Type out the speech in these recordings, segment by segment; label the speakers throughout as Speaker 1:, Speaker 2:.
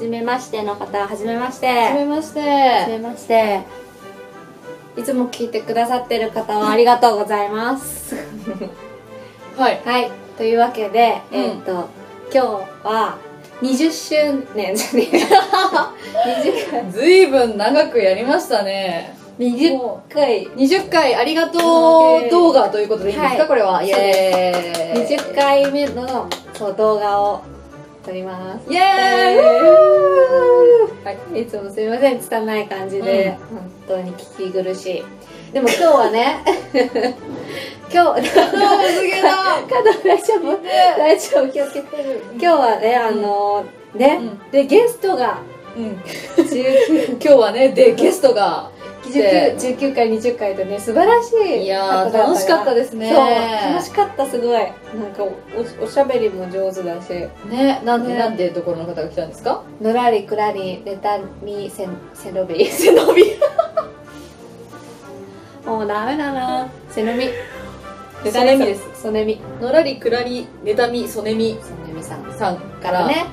Speaker 1: じめましての方はじめまして
Speaker 2: はじめ
Speaker 1: は
Speaker 2: まして
Speaker 1: じめましていつも聞いてくださってる方はありがとうございます
Speaker 2: はい
Speaker 1: はいというわけで、
Speaker 2: うん
Speaker 1: えっ、と今日は20周 年じゃねえ
Speaker 2: ずいぶん長くやりましたね
Speaker 1: 20回20
Speaker 2: 20回ありがと
Speaker 1: イエー
Speaker 2: う
Speaker 1: イ
Speaker 2: 動画ということでいいんですか、
Speaker 1: はい
Speaker 2: これはイエーイ
Speaker 1: 回20回目のそう動画を撮ります
Speaker 2: イエーイ
Speaker 1: いつもすみません拙い感じで、本当に聞き苦しいでも今日はね 今日
Speaker 2: どうすげえ な
Speaker 1: 肩大丈夫大丈夫気をつけて今日はねあのね、
Speaker 2: う
Speaker 1: でゲストが
Speaker 2: うん
Speaker 1: 19
Speaker 2: 今日はねでゲストが来て
Speaker 1: 19, 19回20回とね素晴らしい
Speaker 2: いや
Speaker 1: 方
Speaker 2: ー
Speaker 1: 々が
Speaker 2: 楽しかったですね
Speaker 1: そう楽しかったすごいなんかおおしゃべりも上手だし
Speaker 2: ねなんで、
Speaker 1: ね
Speaker 2: なんでところの方が来たんですか
Speaker 1: のらりくらりレタミセンセロ ビ
Speaker 2: 背伸び
Speaker 1: もうダメだなセロミ
Speaker 2: セロミです
Speaker 1: ソネミ
Speaker 2: のらりくらり妬みそねみ
Speaker 1: ソネミさんか
Speaker 2: さんからら、
Speaker 1: ね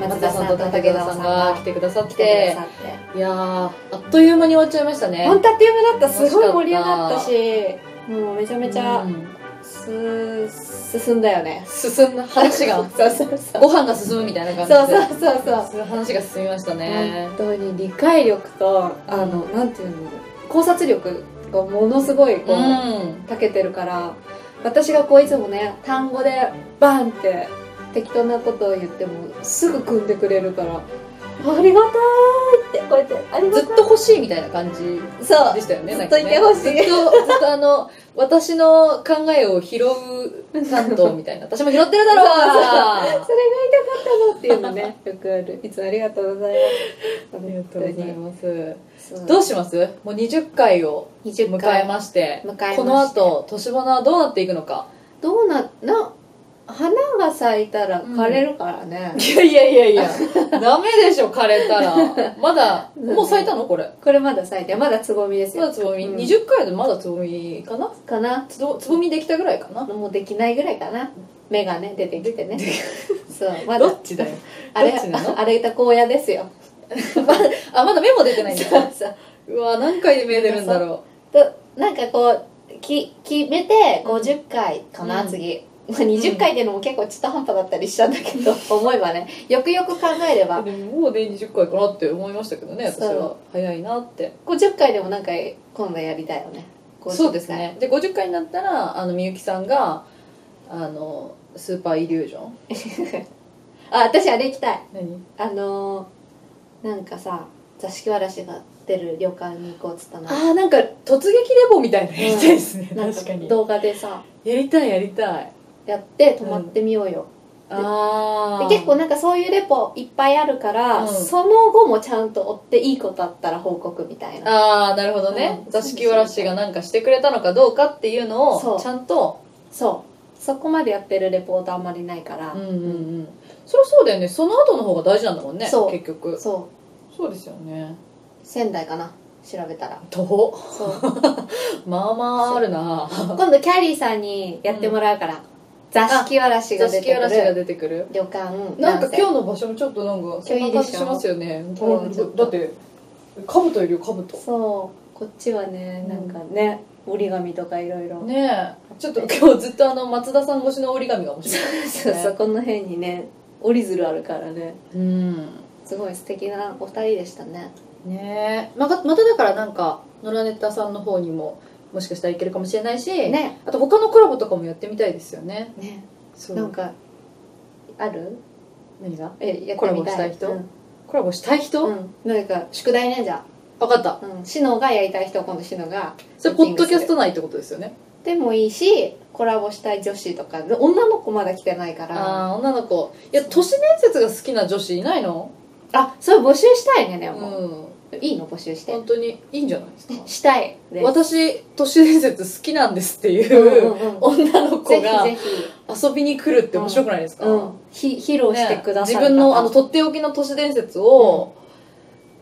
Speaker 2: 松田さんと竹田さんが来てくださって
Speaker 1: 来てくださって
Speaker 2: いやーあっという間に終わっちゃいましたね
Speaker 1: 本当あっという間だったすごい盛
Speaker 2: 楽
Speaker 1: り
Speaker 2: し
Speaker 1: 上
Speaker 2: かった
Speaker 1: がったしもうめちゃめちゃ
Speaker 2: うん
Speaker 1: す進んだよね
Speaker 2: 進んだ話が
Speaker 1: そうそうそう
Speaker 2: ご飯が進むみたいな
Speaker 1: そう
Speaker 2: 感じで
Speaker 1: そうそうそう
Speaker 2: 話が進みましたね
Speaker 1: 本当に理解力とあのなんていうの考察力がものすごいこう、
Speaker 2: うん
Speaker 1: 長けてるから私がこういつもね単語でバンって適当なことを言ってもすぐ組んでくれるからありがたいってこうやってありが
Speaker 2: ずった
Speaker 1: い
Speaker 2: と欲しいみたいな感じ
Speaker 1: そう
Speaker 2: でしたよね
Speaker 1: ず
Speaker 2: なん
Speaker 1: っと
Speaker 2: か
Speaker 1: い
Speaker 2: ね
Speaker 1: てほしい、
Speaker 2: ずっとずっとあの私の考えを拾う担当みた いな私も拾ってるだろう
Speaker 1: それが痛かったのっていうのねよくあるいつもありがとうございます
Speaker 2: ます
Speaker 1: す
Speaker 2: どう
Speaker 1: し
Speaker 2: しますもう20回を迎
Speaker 1: 20回
Speaker 2: えまして
Speaker 1: 迎えまして
Speaker 2: この後年花はどうなっていくのか
Speaker 1: どうなな花が咲いたら枯れるからね、
Speaker 2: いやいやいやいやダメでしょ枯れたらまだもう咲いたのこれ
Speaker 1: これまだ咲いてまだつぼみです
Speaker 2: ま
Speaker 1: よ
Speaker 2: だつぼみ、
Speaker 1: うん
Speaker 2: 20回でまだつぼみかな
Speaker 1: かな
Speaker 2: つぼつぼみできたぐらいかな
Speaker 1: もうできないぐらいかな芽がね出てきてねそうまだ
Speaker 2: どっちだよ
Speaker 1: あれ
Speaker 2: どっちなの
Speaker 1: あれた荒野ですよ
Speaker 2: あまだ芽も出てないんです
Speaker 1: そ
Speaker 2: よ
Speaker 1: うそう
Speaker 2: うわ何回で芽出るんだろ
Speaker 1: となんかこうき決めて50回かな、
Speaker 2: うん
Speaker 1: 次、まあ、20回っていうのも結構中途半端だったりしたんだけど思えばねよくよく考えれば
Speaker 2: うでももうね20回かなって思いましたけどね私
Speaker 1: そう
Speaker 2: は早いなって
Speaker 1: 50回でもなんか今度やりたいよね50回
Speaker 2: そうですねで50回になったらあのみゆきさんがあのスーパーイリュージョン
Speaker 1: あ私あれ行きたい
Speaker 2: 何
Speaker 1: あのーなんかさ座敷わらしが出る旅館に行こうっつったの
Speaker 2: あーなんか突撃レポみたいなのやりたいですね、
Speaker 1: なん
Speaker 2: 確かに
Speaker 1: 動画でさ
Speaker 2: やりたいやりたい
Speaker 1: やって泊まってみようよ、
Speaker 2: あ
Speaker 1: で
Speaker 2: ー
Speaker 1: 結構なんかそういうレポいっぱいあるから、
Speaker 2: うん
Speaker 1: その後もちゃんと追っていいことあったら報告みたいな
Speaker 2: ああなるほどね、
Speaker 1: うん
Speaker 2: 座敷わらしがなんかしてくれたのかどうかっていうの
Speaker 1: そ
Speaker 2: を
Speaker 1: う
Speaker 2: ちゃんと
Speaker 1: そうそこまでやってるレポートあんまりないから、
Speaker 2: うんうんうんそりゃそうだよねその後の方が大事なんだもんね
Speaker 1: そう
Speaker 2: 結局
Speaker 1: そう
Speaker 2: そうですよね
Speaker 1: 仙台かな調べたら
Speaker 2: と
Speaker 1: そう
Speaker 2: まあまああるな
Speaker 1: 今度キャリーさんにやってもらうから、座敷わらしが
Speaker 2: 座
Speaker 1: 出
Speaker 2: 敷
Speaker 1: て
Speaker 2: わ
Speaker 1: く
Speaker 2: らしが
Speaker 1: る
Speaker 2: 出てくる
Speaker 1: 旅館
Speaker 2: なんか今
Speaker 1: 日
Speaker 2: 日の場所もちょっとなんかそんな
Speaker 1: 今日いい
Speaker 2: 感じ
Speaker 1: でしょ
Speaker 2: しますよね
Speaker 1: 今日ちょっと
Speaker 2: だってかぶといるよかぶと
Speaker 1: そうこっちはねなんかね、折り紙とかいろいろ
Speaker 2: ねえちょっと今日ずっとあの松田さん越しの折り紙が面白 い
Speaker 1: そうそうこの辺にね折り鶴あるからね
Speaker 2: うん
Speaker 1: すごい素敵なお二人でしたね
Speaker 2: ねえまたまただからなんか野良ネタさんの方にももしかしたらいけるかもしれないし、
Speaker 1: ね
Speaker 2: あと他のコラボとかもやってみたいですよね
Speaker 1: ね
Speaker 2: そう
Speaker 1: なんかある
Speaker 2: 何が
Speaker 1: えやってみたい
Speaker 2: コラボしたい人
Speaker 1: うん
Speaker 2: コラボしたい人、
Speaker 1: う
Speaker 2: わ
Speaker 1: ん、なんか宿題ねじゃ
Speaker 2: 分かった
Speaker 1: あ、うん、シノがやりたい人今度シノが
Speaker 2: それポッドキャスト内ってことですよね
Speaker 1: でもいいしコラボしたい女子とかで女の子まだ来てないからあ
Speaker 2: ああー女の子いや都市伝説が好きな女子いないの
Speaker 1: それ募集したいねで
Speaker 2: うん
Speaker 1: も、いいの募集して
Speaker 2: 本当にいいんじゃないですか
Speaker 1: したいです
Speaker 2: 私都市伝説好きなんですっていうう、
Speaker 1: んうんうん
Speaker 2: 女の子
Speaker 1: ぜ
Speaker 2: が
Speaker 1: ひぜひ、
Speaker 2: 遊びに来るって面白くないですか、
Speaker 1: うん、ひ披露してくださる方、
Speaker 2: ね自分のあのとっておきの都市伝説を、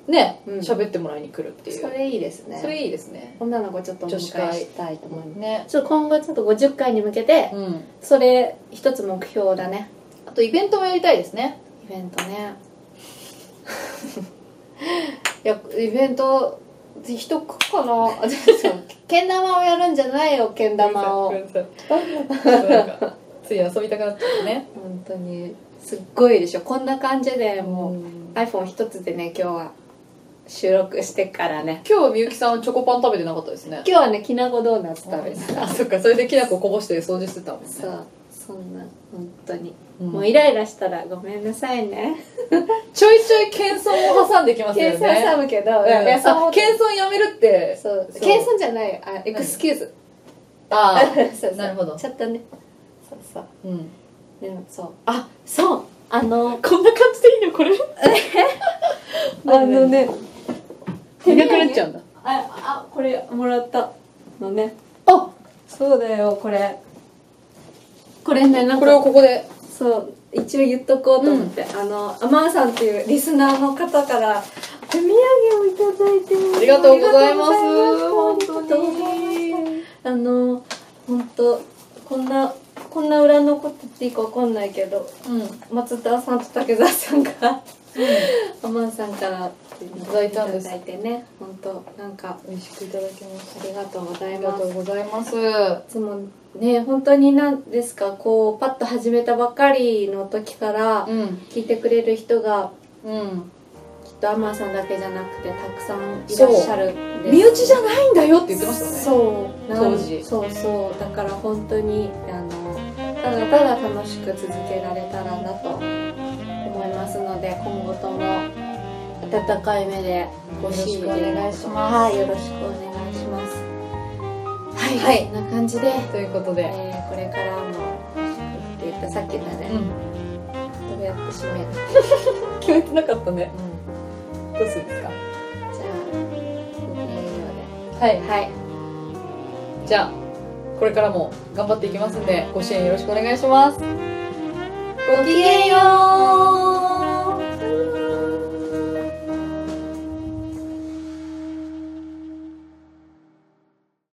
Speaker 2: ね
Speaker 1: うん
Speaker 2: 喋ってもらいに来るっていう
Speaker 1: それいいですね
Speaker 2: それいいですね
Speaker 1: 女の子ちょっとお迎え
Speaker 2: 女子会
Speaker 1: したいと思います
Speaker 2: ね
Speaker 1: ちょっと今後ちょっと50回に向けて
Speaker 2: うん
Speaker 1: それ一つ目標だね
Speaker 2: あとイベントもやりたいですね
Speaker 1: イベントね いやイベント人来っかなあそうけん玉をやるんじゃないよけん玉 を
Speaker 2: ごめんなさいご めんなさいなんかつい遊びたくなっちゃったね
Speaker 1: 本当にすっごいでしょこんな感じでもう、
Speaker 2: うん
Speaker 1: iPhone 一つでね今日は収録してからね
Speaker 2: 今日はみゆきさんチョコパン食べてなかったですね
Speaker 1: 今日はねきなこドーナツ食べてた、
Speaker 2: あそっかそれできな粉こぼして掃除してたもんね
Speaker 1: そうそんな本当に、
Speaker 2: うん
Speaker 1: もうイライラしたらごめんなさいね
Speaker 2: ちょいちょい謙遜を挟んできますよ
Speaker 1: 計
Speaker 2: ね
Speaker 1: 算さむけど、
Speaker 2: うん
Speaker 1: いやそう
Speaker 2: あ謙遜やめるって
Speaker 1: そう
Speaker 2: そう
Speaker 1: 計算じゃないよあエクスキューズ
Speaker 2: あ
Speaker 1: そうそう
Speaker 2: なるほど
Speaker 1: ちょっとねそうそう
Speaker 2: ー、うん、
Speaker 1: でもそうあそうあの
Speaker 2: こんな感じでいいのこれ
Speaker 1: あのね
Speaker 2: いなくなっちゃうんだ
Speaker 1: ああこれもらったのねあそうだよこれこれねなん
Speaker 2: これを
Speaker 1: か
Speaker 2: ここで
Speaker 1: そう一応言っとこうと思って、あのアマンさんっていうリスナーの方からお土産をいただいて
Speaker 2: ありがとうございます
Speaker 1: ありがとうございます本当にあの本当こんなこんな裏のこと言っていいかわかんないけど
Speaker 2: うん、うん、
Speaker 1: 松田さんと竹澤さんがアマンさんからい
Speaker 2: ただいたんです
Speaker 1: いただいてね本当なんか
Speaker 2: 美味しくいただきます
Speaker 1: ありがとうござ
Speaker 2: あ
Speaker 1: い
Speaker 2: りが
Speaker 1: ま
Speaker 2: と
Speaker 1: す
Speaker 2: うございます
Speaker 1: いつもね本当に何ですかこうパッと始めたばかりの時から
Speaker 2: うん
Speaker 1: 聞いてくれる人が
Speaker 2: うん
Speaker 1: きっとアマンさんだけじゃなくてたくさんいらっしゃるんです
Speaker 2: 身内じゃないんだよって言ってましたね
Speaker 1: そうなん
Speaker 2: 当時
Speaker 1: そうそうだから本当にあのただただ楽しく続けられたらなと思いますので今後とも温かい目でご支援
Speaker 2: よろしくお願いします
Speaker 1: はいよろしくお願いしますはい、
Speaker 2: はい
Speaker 1: こんな感じで、
Speaker 2: ということ
Speaker 1: え
Speaker 2: で、
Speaker 1: ーこれからもって言ったさっきのね、
Speaker 2: ん、
Speaker 1: どうやって締めるじゃ
Speaker 2: 決めてなかったね、どうするんですか
Speaker 1: あごきげんよう
Speaker 2: はい
Speaker 1: ではい
Speaker 2: じゃあこれからも頑張っていきますんでご支援よろしくお願いします
Speaker 1: ごきげんよう